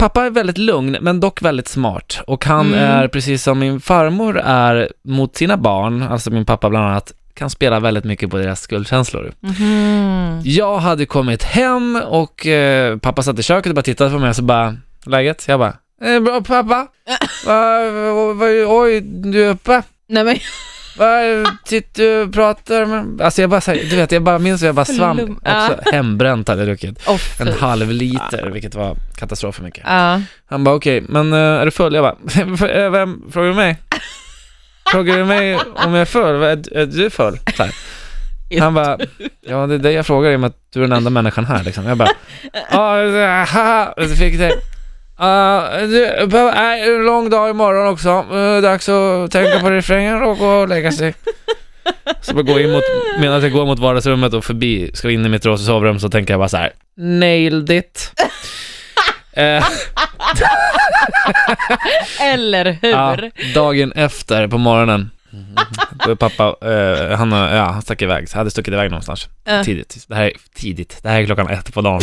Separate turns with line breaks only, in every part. Pappa är väldigt lugn, men dock väldigt smart. Och han
Mm.
är, precis som min farmor är mot sina barn, alltså min pappa bland annat, kan spela väldigt mycket på deras skuldkänslor.
Mm. Mhm.
Jag hade kommit hem och eh, pappa satt i köket och bara tittade på mig och så bara, läget? Jag bara, eh, bra pappa? Va, va, va, oj, du är uppe?
Nej men,
Va, sitt, du pratar med... Alltså jag bara, så här, du vet, jag bara minns hur jag bara svamp
Lum- ja.
också, hembränt hade jag druckit.
oh,
En
fy.
halv liter, vilket var katastrof för mycket.
Ja.
Han bara okej, men eh, är du full? Jag bara, "Eh, vem, frågar du mig? Frågar du mig om jag är full? Vad, Är, är du full? Så här. Han bara, ja det är det jag frågar i och med att du är den enda människan här liksom. Jag bara, ja, eh, haha, och så fick jag det. Uh, du, behöver- nej, det är en lång dag imorgon också. Eh, dags att tänka på refrängen och gå och lägga sig. Så bara går jag in mot, medan jag går mot vardagsrummet och förbi, ska in i mitt rosa sovrum så tänker jag bara så här, nailed it. Eh,
Eller hur?
Ja, dagen efter på morgonen. Då är pappa, eh, han, har- ja, han stack iväg, så hade stuckit iväg någonstans.
Ja.
Tidigt. Det här är tidigt. Det här är klockan ett på dagen.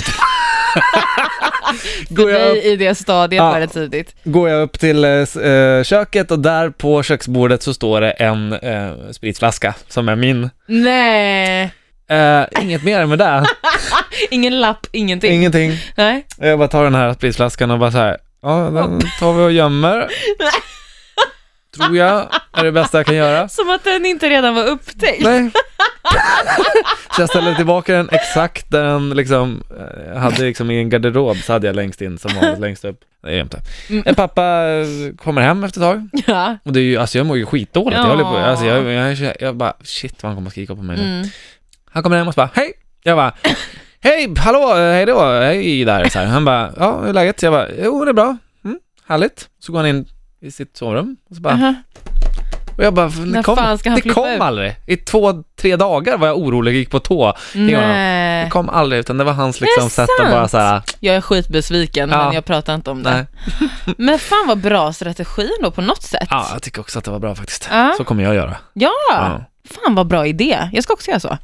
går, jag upp,
Nej, i det stadiet
Ja.
var det tidigt.
går jag upp till eh, s- eh, köket och där på köksbordet så står det en eh, spritflaska som är min.
Nej,
Eh, inget mer med det.
ingen lapp, ingenting.
Ingenting.
Nej.
Jag bara tar den här spritflaskan och bara så här. ja den tar vi och gömmer. Tror jag är det bästa jag kan göra.
Som att den inte redan var upptäckt.
Nej. så jag ställde tillbaka den exakt där den liksom, eh, jag hade liksom i en garderob så hade jag längst in som vanligt längst upp. Nej, jämte.
Mm.
Eh, Pappa eh, kommer hem efter ett tag
Ja.
och det är ju, alltså jag mår ju skitdåligt. Jag håller på,
Ja.
alltså jag, jag, jag, jag bara, shit vad han kommer skrika på mig nu.
Mm.
Han kommer hem och så bara, hej! Jag bara, hej, hallå, eh, hej då, hej där. Så här. Han bara, ja hur är läget? Jag bara, jo det är bra, mm, härligt. Så går han in i sitt sovrum och så bara,
Aha.
och jag bara, det
När
kom,
fan ska han
det
flippa
kom
ut?
aldrig. I två, tre dagar var jag orolig, gick på tå. Det gör han. Det
Nej.
kom aldrig, utan det var hans
det
liksom sätt att
sant?
bara såhär,
Jag är skitbesviken,
Ja.
men jag pratar inte om det.
nej.
Men fan vad bra strategi ändå på något sätt.
Ja, jag tycker också att det var bra faktiskt.
Ja.
Så kommer jag göra.
Ja.
Ja.
Fan vad bra idé. Jag ska också göra så.